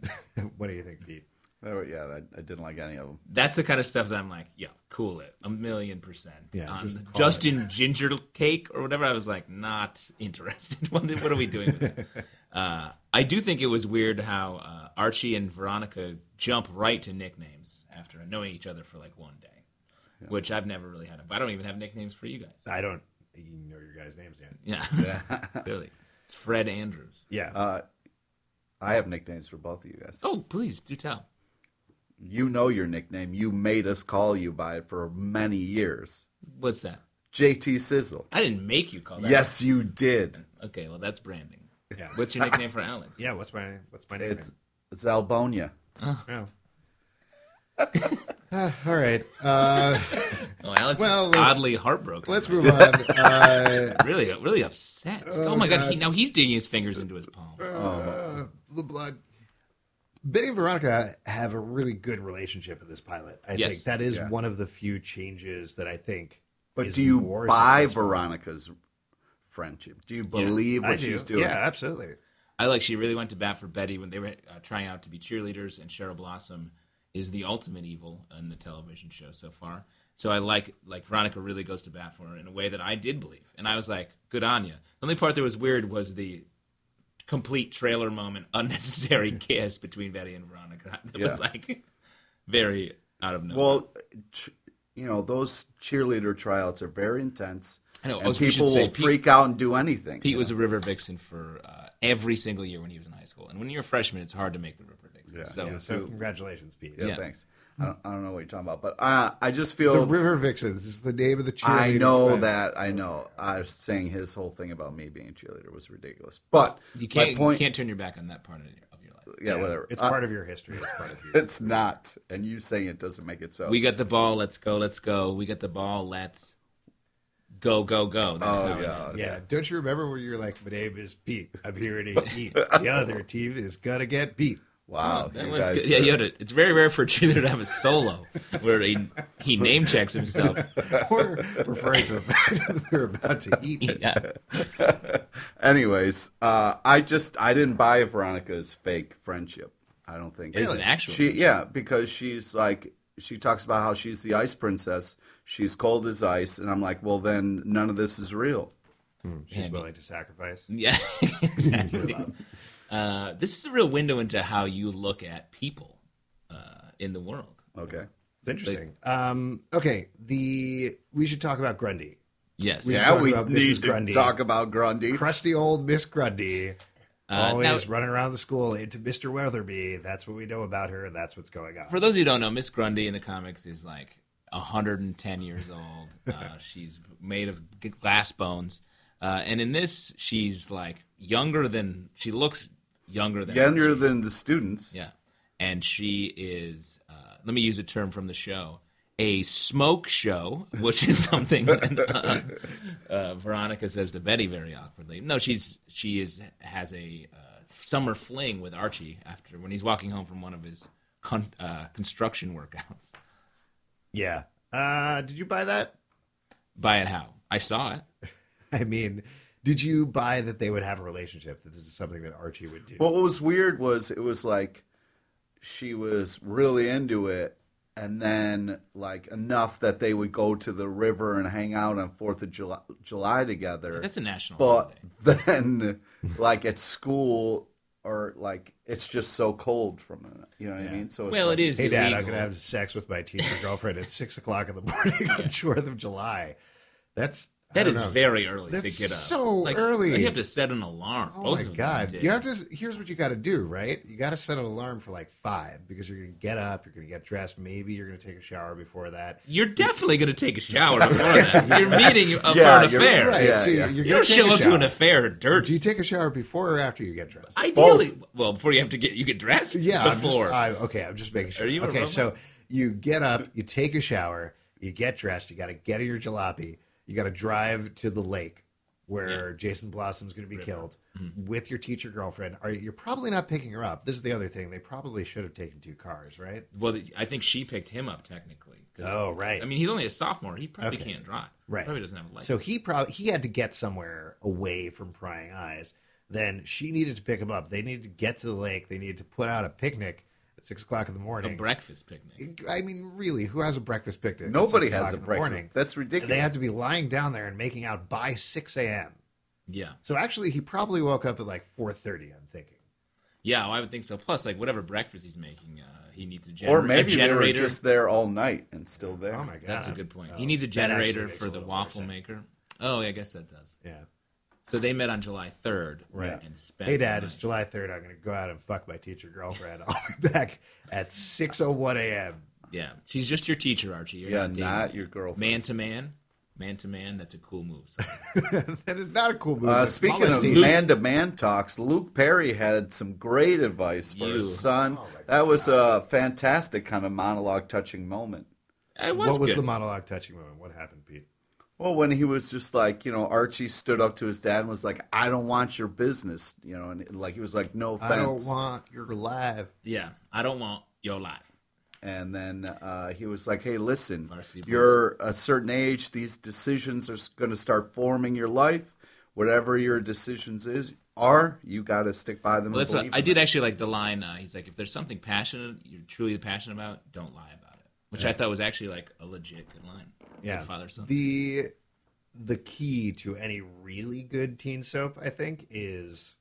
what do you think, Pete?
Oh, yeah, I, I didn't like any of them.
That's the kind of stuff that I'm like, yeah, cool it. A million percent.
Yeah,
Um,
just call
Justin Ginger Cake or whatever, I was like, not interested. what what are we doing with that? Uh, I do think it was weird how uh, Archie and Veronica jump right to nicknames after knowing each other for like one day. Which I've never really had. I don't even have nicknames for you guys.
I don't even know your guys' names yet.
Yeah. Clearly. It's Fred Andrews.
Yeah.
I have nicknames for both of you guys.
Oh, please do tell.
You know your nickname. You made us call you by it for many years.
What's that?
JT Sizzle.
I didn't make you
Oh,
call that.
Yes, you did.
Okay, well, that's branding.
Yeah.
What's your nickname for Alex?
yeah. What's my what's my name?
It's it's Albonia.
Oh. all right. Uh,
Oh, Alex
Well,
is
let's-
oddly heartbroken.
let's move on. Uh,
really, really upset. Oh, my God. He, now he's digging his fingers into his palm.
Oh,
uh, the blood. Betty and Veronica have a really good relationship in this pilot. I
Yes.
think that is
Yeah.
one of the few changes that I think.
But
is
do you
more
buy
successful.
Veronica's friendship? Do you believe
I
what
do.
she's doing?
Yeah, absolutely.
I like she really went to bat for Betty when they were uh, trying out to be cheerleaders, and Cheryl Blossom is the ultimate evil in the television show so far. So I like like Veronica really goes to bat for her in a way that I did believe, and I was like, good on you. The only part that was weird was the complete trailer moment, unnecessary kiss between Betty and Veronica. That was
Yeah.
like very out of nowhere.
Well, ch- you know those cheerleader tryouts are very intense,
I know, I
and
was- we
people
should say
will
Pete-
freak out and do anything.
Pete
you
was
know?
a river vixen for uh, every single year when he was in high school, and when you're a freshman, it's hard to make the river vixen.
Yeah.
so
Yeah, so congratulations, Pete.
yeah,
yeah.
Thanks. I don't, I don't know what you're talking about, but I I just feel
The River Vixens is the name of the cheerleaders.
I know
band.
that. I know. I was saying his whole thing about me being a cheerleader was ridiculous. But
you can't
my point,
you can't turn your back on that part of your, of your life.
yeah, whatever.
It's
Uh,
part of your history. It's part of your.
it's not, and you saying it doesn't make it so.
We got the ball. Let's go. Let's go. We got the ball. Let's go. Go. Go. That's how
oh
it
yeah,
ends.
Yeah. Don't you remember where you're like, my name is Pete. I'm here to eat. The other team is gonna get beat.
Wow,
That
you
one's
guys
good. Yeah,
are-
Yoda. It's very rare for a cheerleader to have a solo where he he name checks himself.
or referring to the fact that they're about to eat.
Yeah.
Anyways, uh, I just I didn't buy Veronica's fake friendship. I don't think
It's an actual
She yeah, because she's like she talks about how she's the ice princess. She's cold as ice, and I'm like, well, then none of this is real.
She's willing to sacrifice.
Yeah, exactly. uh, this is a real window into how you look at people uh, in the world.
Okay.
It's interesting. Um, okay, the we should talk about Grundy,
Yes.
We-
Yeah,
talking
we
about Mrs.
need to
Grundy.
talk about Grundy.
crusty old Miss Grundy,
Uh,
always
now-
running around the school into Mister Weatherby. That's what we know about her. That's what's going on.
For those who don't know, Miss Grundy in the comics is like 110 years old. Uh, she's made of g- glass bones, uh, and in this, she's like younger than she looks. Younger than
Younger than the students.
Yeah. And she is, uh, let me use a term from the show, a smoke show, which is something that uh, uh, Veronica says to Betty very awkwardly. No, she's she is has a uh, summer fling with Archie after when he's walking home from one of his con- uh, construction workouts.
Yeah. Uh, did you buy that?
Buy it how? I saw it.
I mean, did you buy that they would have a relationship? That this is something that Archie would do?
What was weird was it was like she was really into it, and then like enough that they would go to the river and hang out on Fourth of July, July together.
That's a national
but
holiday.
then, like at school or like it's just so cold from it. You know what I mean? So it's
Well,
like,
it is
hey, Dad,
illegal.
I'm going to have sex with my teacher girlfriend at six o'clock in the morning on Fourth of July. That's I
that
don't
is
know.
very early
That's
to get up.
so
Like,
early.
You have to set an alarm.
Oh
Both
my
of them
god!
did.
You have to. Here's what you got to do, right? You got to set an alarm for like five because you're going to get up, you're going to get dressed, maybe you're going to take a shower before that.
You're definitely going to take a shower before that. You're meeting a,
Yeah,
for an
you're
affair.
right. Yeah, yeah.
you're
You
gonna
don't
take
show
a
up to an
shower.
affair
Do
dirty.
you take a shower before or after you get dressed?
Ideally, well, before you have to get you get dressed.
Yeah, I'm just- uh,
before
I- okay, I'm just making sure.
Are you a
okay,
robot?
so you get up, you take a shower, you get dressed, you got to get your jalopy, you got to drive to the lake where Jason Blossom's going to be killed
Mm-hmm.
with your teacher girlfriend. Are you- you're probably not picking her up? This is the other thing. They probably should have taken two cars, right?
well, I think she picked him up technically. 'cause,
Oh, right.
I mean, he's only a sophomore. He probably
Okay.
can't drive.
Right.
Probably doesn't have a license.
So he probably he had to get somewhere away from prying eyes. Then she needed to pick him up. They needed to get to the lake. They needed to put out a picnic at six o'clock in the
a
morning.
breakfast picnic.
I mean, really, who has a breakfast picnic? at
nobody
six
has
o'clock
a
in the
breakfast.
morning?
That's
They
ridiculous.
had to be lying down there and making out by six a.m.
Yeah,
So actually, he probably woke up at like four thirty. I'm thinking.
yeah, well, I would think so. Plus, like whatever breakfast he's making, uh, he needs a, gener-
or
a
maybe they were
generator.
just there all night and still there.
Oh my god,
That's a good point. he
Oh,
needs a
that actually
generator
makes
for
a
the
little more
waffle
sense.
maker. Oh, yeah, I guess that does.
Yeah.
So they met on July third,
Right.
And spent.
Hey,
the
Dad, it's
night.
July third. I'm going to go out and fuck my teacher girlfriend. I'll be back at six o one a.m.
Yeah, she's just your teacher, Archie. You're
yeah,
not, dating
not
her.
your girlfriend.
man to man, man to man. That's a cool move. So-
That is not a cool movie.
Uh, speaking of
Molestation.
man to man talks, Luke Perry had some great advice for
You.
his son.
Oh, my
that was a fantastic kind of monologue touching moment.
It was
what was
good.
the monologue touching moment? What happened, Pete?
Well, when he was just like, you know, Archie stood up to his dad and was like, I don't want your business, you know, and like he was like, no offense.
I don't want your life.
yeah, I don't want your life.
and then uh, he was like, hey, listen,
Varsity Blues.
you're a certain age. These decisions are going to start forming your life. Whatever your decisions is are, you got to stick by them.
Well,
and
that's what
believe
I
in
did actually like the line. Uh, he's like, if there's something passionate you're truly passionate about, don't lie about it, which I thought was actually like a legit good line.
Yeah,
Good father son.
The the key to any really good teen soap, I think, is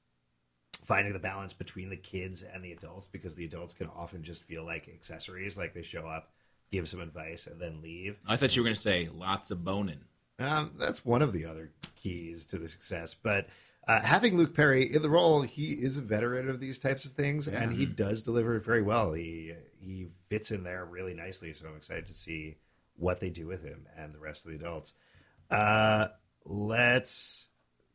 finding the balance between the kids and the adults because the adults can often just feel like accessories, like they show up, give some advice, and then leave.
I thought you were gonna say lots of boning.
Um, that's one of the other keys to the success. But uh, having Luke Perry in the role, he is a veteran of these types of things, and he does deliver it very well. He he fits in there really nicely. So I'm excited to see what they do with him and the rest of the adults. Uh, let's.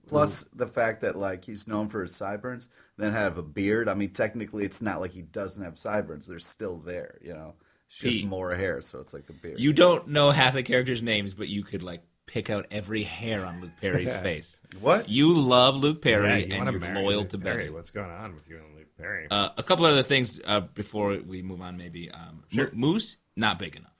Plus the fact that like he's known for his sideburns, then have a beard. I mean, technically, it's not like he doesn't have sideburns; they're still there. You know, it's just
Pete.
more hair, so it's like the beard.
You don't know half the characters' names, but you could like pick out every hair on Luke Perry's face.
What?
You love Luke Perry
Yeah, you
and
want
you're
to marry
loyal
Luke
to
Perry.
Betty.
What's going on with you and Luke Perry?
Uh, a couple other things uh, before we move on, maybe. Um, Mo- Moose, not big enough.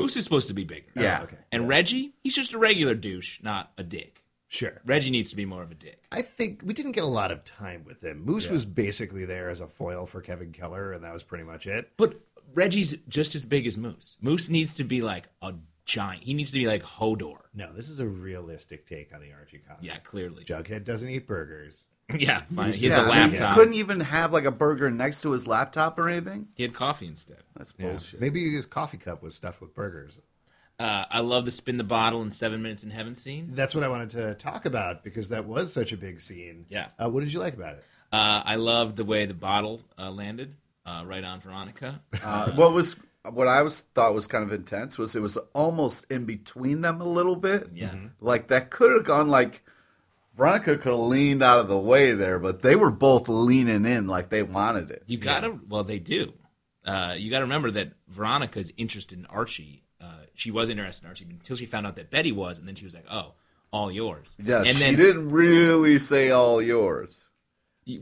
Moose is supposed to be bigger.
Oh. Yeah. okay.
And Reggie, he's just a regular douche, not a dick.
sure.
Reggie needs to be more of a dick.
I think we didn't get a lot of time with him. Moose was basically there as a foil for Kevin Keller, and that was pretty much it.
But Reggie's just as big as Moose. Moose needs to be like a giant. He needs to be like Hodor.
No, this is a realistic take on the Archie comics.
Yeah, clearly.
Jughead doesn't eat burgers.
yeah, fine. He has
Yeah,
a
I mean,
laptop.
He couldn't even have like a burger next to his laptop or anything.
He had coffee instead.
That's
Yeah.
bullshit.
Maybe his coffee cup was stuffed with burgers.
Uh, I love the spin the bottle in seven minutes in heaven scene.
That's what I wanted to talk about because that was such a big scene.
Yeah.
Uh, what did you like about it?
Uh, I love the way the bottle uh, landed uh, right on Veronica.
Uh, what was what I was thought was kind of intense was it was almost in between them a little bit.
Yeah. Mhm.
like that could have gone like Veronica could have leaned out of the way there, but they were both leaning in like they wanted it.
You gotta, well, they do. Uh, you gotta remember that Veronica's interested in Archie. Uh, she was interested in Archie until she found out that Betty was, and then she was like, "Oh, all yours."
Yeah,
and
she
then,
didn't really say all yours.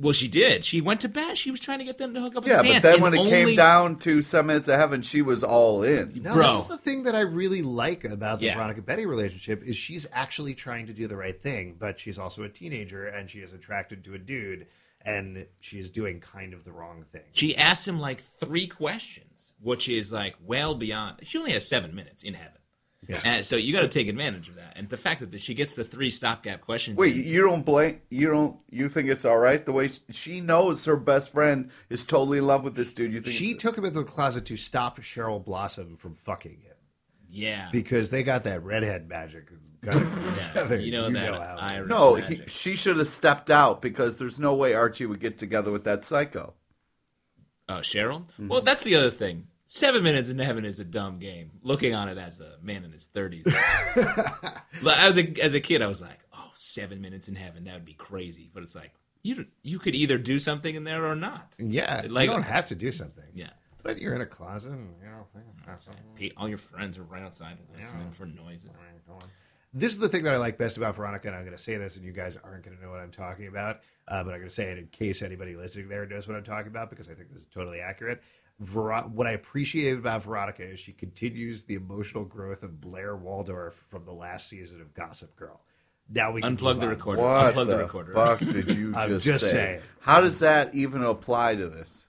well, she did. She went to bed. She was trying to get them to hook up.
Yeah,
and
but
dance,
then
and
when it
only-
came down to seven minutes of heaven, she was all in.
No,
Bro.
this is the thing that I really like about the
Yeah.
Veronica Betty relationship is she's actually trying to do the right thing, but she's also a teenager and she is attracted to a dude and she is doing kind of the wrong thing.
she asked him like three questions, which is like well beyond. She only has seven minutes in heaven, And so you got to take advantage of that. And the fact that she gets the three stopgap questions.
Wait, you don't blame you don't you think it's all right the way she, she knows her best friend is totally in love with this dude. You think
She
it's-
took him into the closet to stop Cheryl Blossom from fucking him
yeah,
because they got that redhead magic. It's gotta-
yeah. you know
you
that
know how it
Irish
No,
magic.
he, she should have stepped out because there's no way Archie would get together with that psycho.
Oh, Cheryl?
Mm-hmm.
Well, that's the other thing. Seven Minutes in Heaven is a dumb game. Looking on it as a man in his 30s. but as a, as a kid, I was like, oh, seven minutes in heaven, that would be crazy. But it's like, you, you could either do something in there or not.
yeah,
Like-
you don't have to do something.
Yeah.
But you're in a closet and you know, thinking about something.
Pete, all your friends are right outside listening for noises.
This is the thing that I like best about Veronica, and I'm going to say this, and you guys aren't going to know what I'm talking about, uh, but I'm going to say it in case anybody listening there knows what I'm talking about because I think this is totally accurate. Ver- what I appreciate about Veronica is she continues the emotional growth of Blair Waldorf from the last season of Gossip Girl. Now we can
Unplug
move
the
on.
recorder. Unplug
What the
the recorder.
fuck did you
I'm
just,
just
say?
saying.
How does that even apply to this?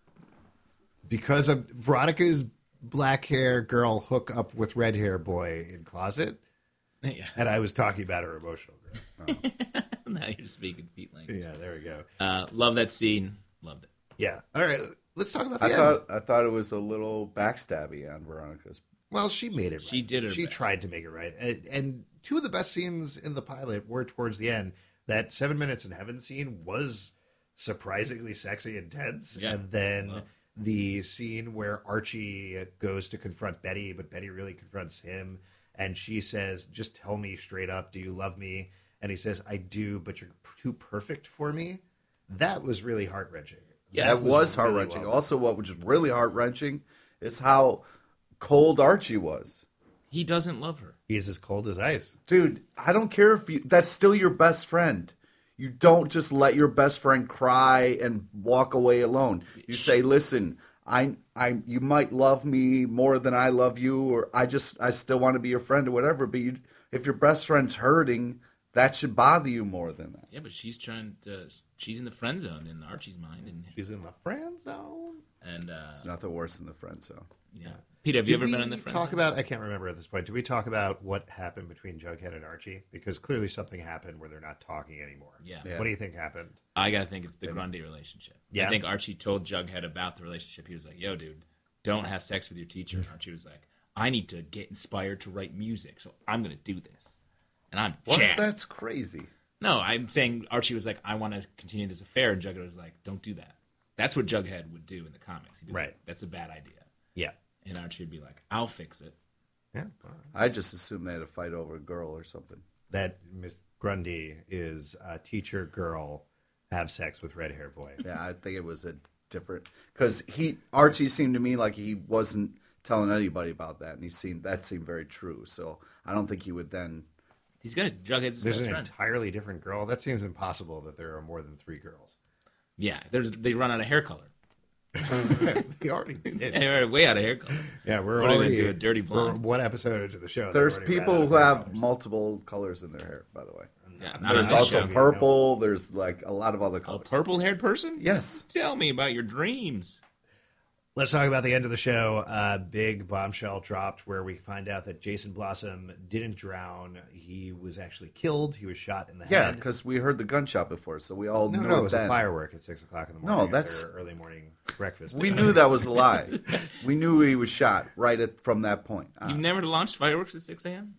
because of Veronica's black hair girl hook up with red hair boy in closet,
yeah,
and I was talking about her emotional growth.
now you're speaking Pete language.
Yeah, there we go.
Uh, love that scene. Loved it.
Yeah. All right. Let's talk about the
I
end.
thought I thought it was a little backstabby on Veronica's.
Well, she made it.
She
right.
did her
She
best.
tried to make it right, and, and two of the best scenes in the pilot were towards the end. That seven minutes in heaven scene was surprisingly sexy and tense,
Yeah.
and then the scene where Archie goes to confront Betty, but Betty really confronts him, and she says, "Just tell me straight up, do you love me?" And he says, "I do, but you're p- too perfect for me." That was really heart wrenching.
Yeah,
that was heart wrenching. also, what was really heart wrenching is how cold Archie was.
He doesn't love her.
He's as cold as ice.
Dude, I don't care if you that's still your best friend. You don't just let your best friend cry and walk away alone. You say, "Listen, I I you might love me more than I love you or I just I still want to be your friend or whatever, but you, if your best friend's hurting, that should bother you more than that."
Yeah, but she's trying to. She's in the friend zone in Archie's mind, and
She's in the friend zone.
and uh,
Nothing worse than the friend zone.
Yeah. Pete, have you ever
Did
been
we
in the friend
talk
zone?
about? I can't remember at this point. Did we talk about what happened between Jughead and Archie? Because clearly something happened where they're not talking anymore.
Yeah.
Yeah.
What do you think happened?
I gotta think it's the Grundy relationship.
Yeah.
I think Archie told Jughead about the relationship. He was like, "Yo, dude, don't have sex with your teacher." And Archie was like, "I need to get inspired to write music, so I'm gonna do this." And I'm
What?
jacked.
That's crazy.
No, I'm saying Archie was like, "I want to continue this affair," and Jughead was like, "Don't do that." That's what Jughead would do in the comics. He'd be like,
Right.
That's a bad idea.
Yeah.
And Archie would be like, "I'll fix it."
Yeah.
I just assumed they had a fight over a girl or something.
That Miss Grundy is a teacher girl, have sex with red hair boy.
Yeah, I think it was a different because he Archie seemed to me like he wasn't telling anybody about that, and he seemed that seemed very true. So I don't think he would then
He's gonna Jughead's his
There's
best
an
friend.
entirely different girl. That seems impossible that there are more than three girls.
yeah, there's they run out of hair color.
They already did.
They run way out of hair color.
Yeah, we're
What are they gonna
already
do, a dirty blonde?
we're one episode into the show.
There's
They're already
people
ran
who
out of
have multiple colors in their hair, by the way.
Yeah, not
There's
on this
also
show.
yeah.
purple. There's like a lot of other
Oh,
a
colors.
purple-haired person.
Yes.
Tell me about your dreams.
Let's talk about the end of the show. Uh, big bombshell dropped where we find out that Jason Blossom didn't drown. He was actually killed. He was shot in the
Yeah,
head.
because we heard the gunshot before, so we all
No,
knew
no, it
it
was
then.
a firework at six o'clock in the
No,
morning. after
that's-
early morning breakfast.
We knew that was a lie. we knew he was shot right at, from that point. on.
You've never launched fireworks at six a.m.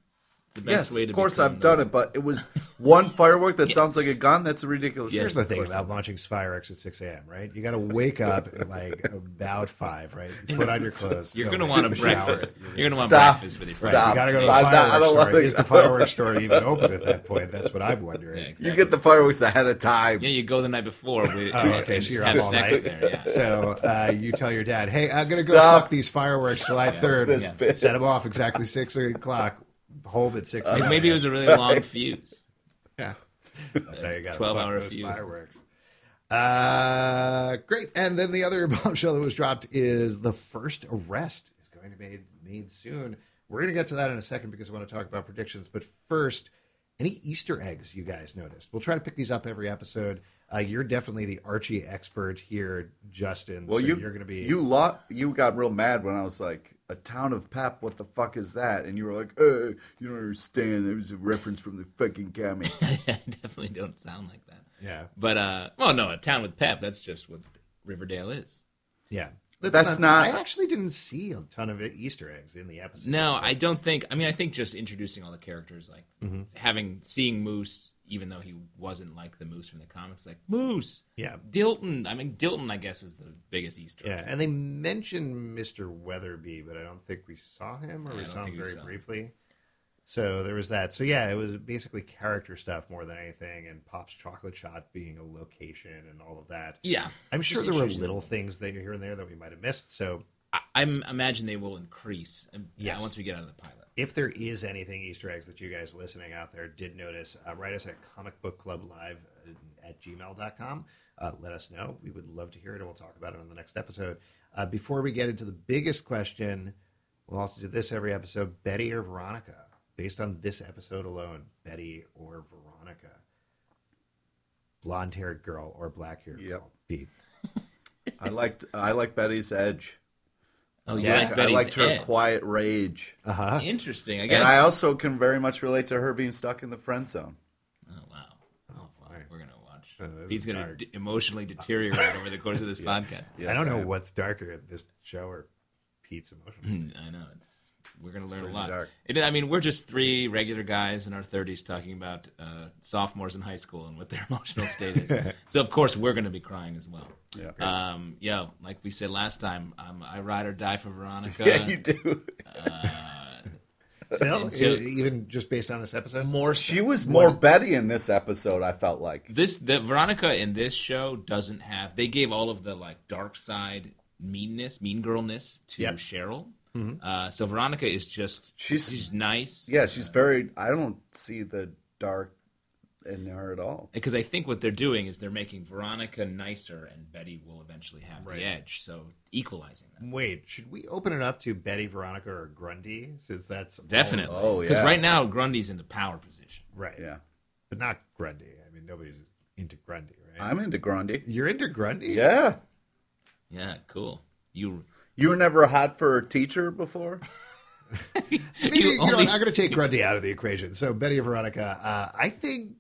It's the best
yes,
way to.
of course
become
I've done
the-
it, but it was one firework that sounds like a gun. That's a ridiculous.
Here's
thing.
the thing about launching fireworks at 6 a.m., right? You got to wake up at like about 5, right? You put on your clothes.
You're
go
gonna
away,
want a
take shower.
breakfast. You're gonna want
Stop.
breakfast with your
Stop.
friends.
You got to go to the
I'm not- I
fireworks
don't
store.
wanna-
Is the fireworks store even open at that point? That's what I'm wondering.
You get the fireworks ahead of time.
Yeah, you go the night before. We,
Oh, okay,
and
so you're
have
up all
sex
night.
there. Yeah.
So uh, you tell your dad, "Hey, I'm gonna go
Stop.
fuck these fireworks July 3rd.
this
Set 'em
bitch.
Set them off exactly six o'clock. Home at six.
Like,
o'clock.
Uh, maybe it was a really long fuse.
Yeah. That's how you got
12
fuck
hour
those
fuse.
fireworks. Uh, great. And then the other bombshell that was dropped is the first arrest is going to be made, made soon. We're going to get to that in a second because I want to talk about predictions. But first, any Easter eggs you guys noticed? We'll try to pick these up every episode. Uh, you're definitely the Archie expert here, Justin.
Well,
so
you
you're going to be
you lot you got real mad when I was like a town of pep. What the fuck is that? And you were like, uh, you don't understand. It was a reference from the fucking comic.
I definitely don't sound like that.
Yeah.
But uh, well, no, a town with pep. That's just what Riverdale is.
yeah.
That's not-
I actually didn't see a ton of Easter eggs in the episode.
No, I don't think. I mean, I think just introducing all the characters, like having seeing Moose, even though he wasn't like the Moose from the comics, like Moose.
Yeah.
Dilton. I mean, Dilton. I guess was the biggest Easter.
Yeah, and they mentioned Mr. Weatherby, but I don't think we saw him, or
I
we
don't
saw him
think we
very
saw him.
briefly. So there was that. So yeah, it was basically character stuff more than anything, and Pop's chocolate shot being a location and all of that.
Yeah.
I'm sure
Just
there were
introducing
little things that here and there that we might have missed. So
I, I imagine they will increase. um, Yeah,
Yes.
once we get out of the pilot.
if there is anything Easter eggs that you guys listening out there did notice, uh, write us at comicbookclublive uh, at gmail.com. Uh, let us know. We would love to hear it, and we'll talk about it on the next episode. Uh, before we get into the biggest question, we'll also do this every episode Betty or Veronica. Based on this episode alone, Betty or Veronica. Blonde haired girl or black haired
Yep.
girl. Be
I liked I like Betty's edge.
Oh, you
Yeah,
like Betty's
I liked her
Ed.
quiet rage,
uh-huh.
Interesting. I guess.
and I also can very much relate to her being stuck in the friend zone.
Oh wow! Oh, fuck. We're gonna watch.
Oh, that
He's
was
gonna
dark.
d- emotionally deteriorate over the course of this podcast.
Yes,
I don't know
am.
what's darker, this show or Pete's emotions.
I know it's. We're gonna learn a
pretty
lot.
dark.
And I mean, we're just three regular guys in our thirties talking about uh, sophomores in high school and what their emotional state is. so of course we're gonna be crying as well.
Yeah.
Um, yo, like we said last time, um, I ride or die for Veronica.
Yeah, you do.
Still,
Until-
e- even just based on this episode?
More
She was more Betty in this episode. I felt like
this the Veronica in this show doesn't have. They gave all of the like dark side meanness, mean girlness to
Yep.
Cheryl. Uh, so Veronica is just
Mm-hmm. She's-
she's, nice
yeah, she's very. I don't see the dark in her at all.
because I think what they're doing is they're making Veronica nicer, and Betty will eventually have the edge. So equalizing that
Wait, should we open it up to Betty, Veronica, or Grundy? Since that's all-
definitely.
Oh,
because
yeah.
right now Grundy's in the power position.
right,
Yeah,
but not Grundy. I mean, nobody's into Grundy, right?
I'm into Grundy.
You're into Grundy,
Yeah.
Yeah, cool. You
You were never hot for a teacher before?
Maybe,
You
you know,
only-
I'm going to take Grundy out of the equation. So Betty, Veronica, uh, I think,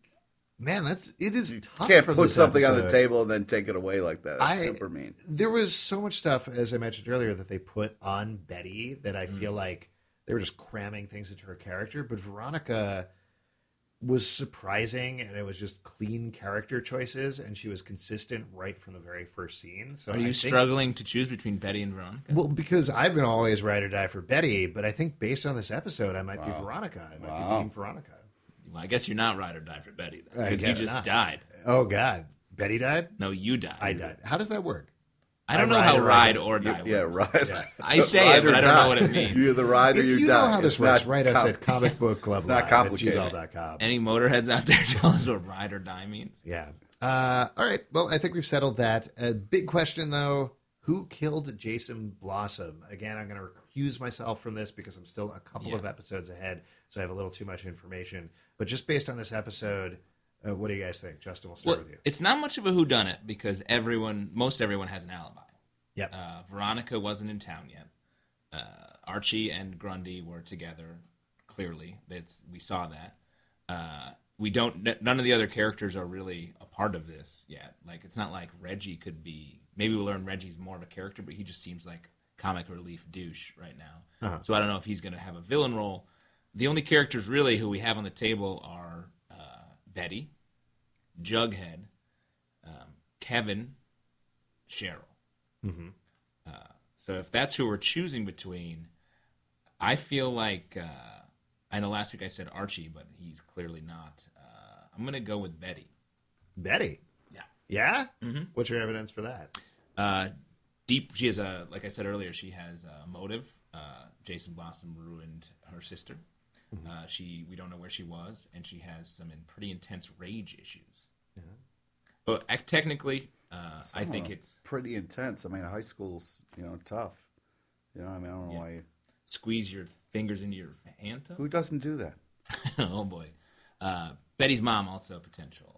man, that's it is tough.
Can't
for
put
this
something on the
episode.
table and then take it away like that. That's
I-
super mean.
There was so much stuff, as I mentioned earlier, that they put on Betty that
Mm.
I feel like they were just cramming things into her character. But Veronica was surprising, and it was just clean character choices, and she was consistent right from the very first scene. So
are
I
you
think-
struggling to choose between Betty and Veronica?
Well, because I've been always ride or die for Betty, but I think based on this episode, I might be Veronica. I might be
Wow.
Team Veronica.
Well, I guess you're not ride or die for Betty
I
because he
guess
just
not.
died.
Oh God, Betty died.
No, you died.
I died. How does that work?
I don't know
ride
how
or
ride
die.
or die.
Yeah,
works.
right.
I say it,
Ride or
but I don't know
die.
what it means.
You're the rider,
if
you,
you,
die.
know how this
It's
works,
not
write us
com-
at comic book club
It's not complicated.
Any motorheads out there tell us what ride or die means?
Yeah. Uh, all right. Well, I think we've settled that. A big question, though who killed Jason Blossom? Again, I'm going to recuse myself from this because I'm still a couple
Yeah.
of episodes ahead, so I have a little too much information. But just based on this episode, uh, what do you guys think? Justin, we'll start
Well,
with you.
it's not much of a whodunit because everyone, most everyone has an alibi.
Yep.
Uh, Veronica wasn't in town yet. Uh, Archie and Grundy were together. Clearly, that's we saw that. Uh, we don't. n- None of the other characters are really a part of this yet. Like it's not like Reggie could be. Maybe we'll learn Reggie's more of a character, but he just seems like comic relief douche right now. So I don't know if he's going to have a villain role. The only characters really who we have on the table are uh, Betty, Jughead, um, Kevin, Cheryl. So if that's who we're choosing between, I feel like uh, I know last week I said Archie, but he's clearly not. Uh, I'm gonna go with Betty.
Betty.
Yeah.
Yeah?
Mm-hmm.
What's your evidence for that?
Uh, deep. She has a like I said earlier. She has a motive. Uh, Jason Blossom ruined her sister. Uh, she we don't know where she was, and she has some in pretty intense rage issues. But ac- technically, uh, I think it's
pretty intense. I mean, high school's you know tough. You know, I mean, I don't know why. You,
squeeze your fingers into your hand. Tom?
who doesn't do that?
oh boy, uh, Betty's mom also potential.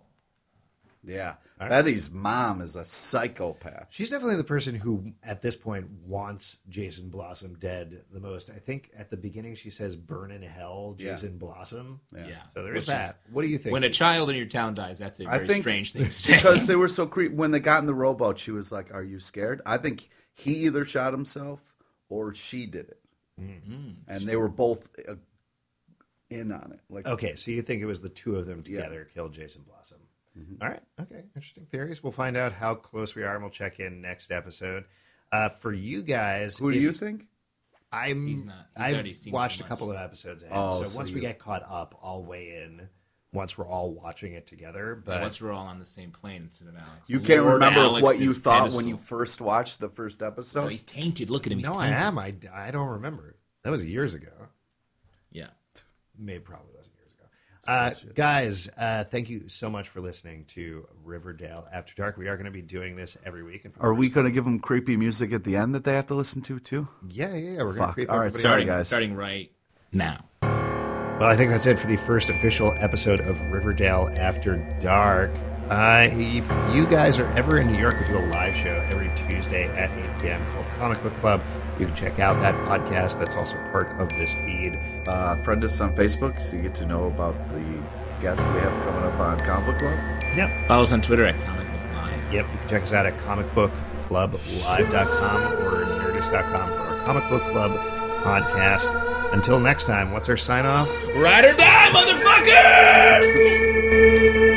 Yeah, Betty's mom is a psychopath.
She's definitely the person who, at this point, wants Jason Blossom dead the most. I think at the beginning she says, burn in hell,
Yeah.
Jason Blossom.
Yeah.
So there is
Which
that. What do you think?
when a child in your town dies, that's a
I
very
think
strange thing to say.
because they were so creepy. When they got in the rowboat, she was like, "Are you scared?" I think he either shot himself or she did it,
Mm-hmm.
and they were both uh, in on it. Like,
Okay, so you think it was the two of them together killed Jason Blossom. All right. Okay. Interesting theories. We'll find out how close we are, and we'll check in next episode. Uh, for you guys,
who do
if-
you think?
I'm.
He's not- he's already
I've
seen
watched
too
a
much.
couple of episodes ahead,
Oh,
so,
so
once we
you-
get caught up, I'll weigh in. Once we're all watching it together, but
once we're all on the same plane instead of Alex,
You can't
Lord
remember
Alex
what you
is
thought when
pedestal.
you first watched the first
Oh,
episode.
he's tainted. Look at him. He's
no, I
tainted.
am. I, I don't remember. That was years ago.
Yeah.
Maybe probably wasn't years ago. Uh, guys, uh, thank you so much for listening to Riverdale After Dark. We are going to be doing this every week. And for the
Are we going to give them creepy music at the end that they have to listen to too?
Yeah, yeah, yeah. We're going to
Fuck.
creep
All right,
everybody
sorry.
out.
Starting, starting
guys.
right now.
Well, I think that's it for the first official episode of Riverdale After Dark. Uh, if you guys are ever in New York, we do a live show every Tuesday at 8 p.m. called Comic Book Club. You can check out that podcast. That's also part of this feed.
Uh, friend us on Facebook so you get to know about the guests we have coming up on Comic Club.
Yep.
Follow us on Twitter at Comic Book Live.
Yep, you can check us out at comicbookclublive.com or nerdist.com for our Comic Book Club podcast. Until next time, what's our sign off?
Ride or die, motherfuckers!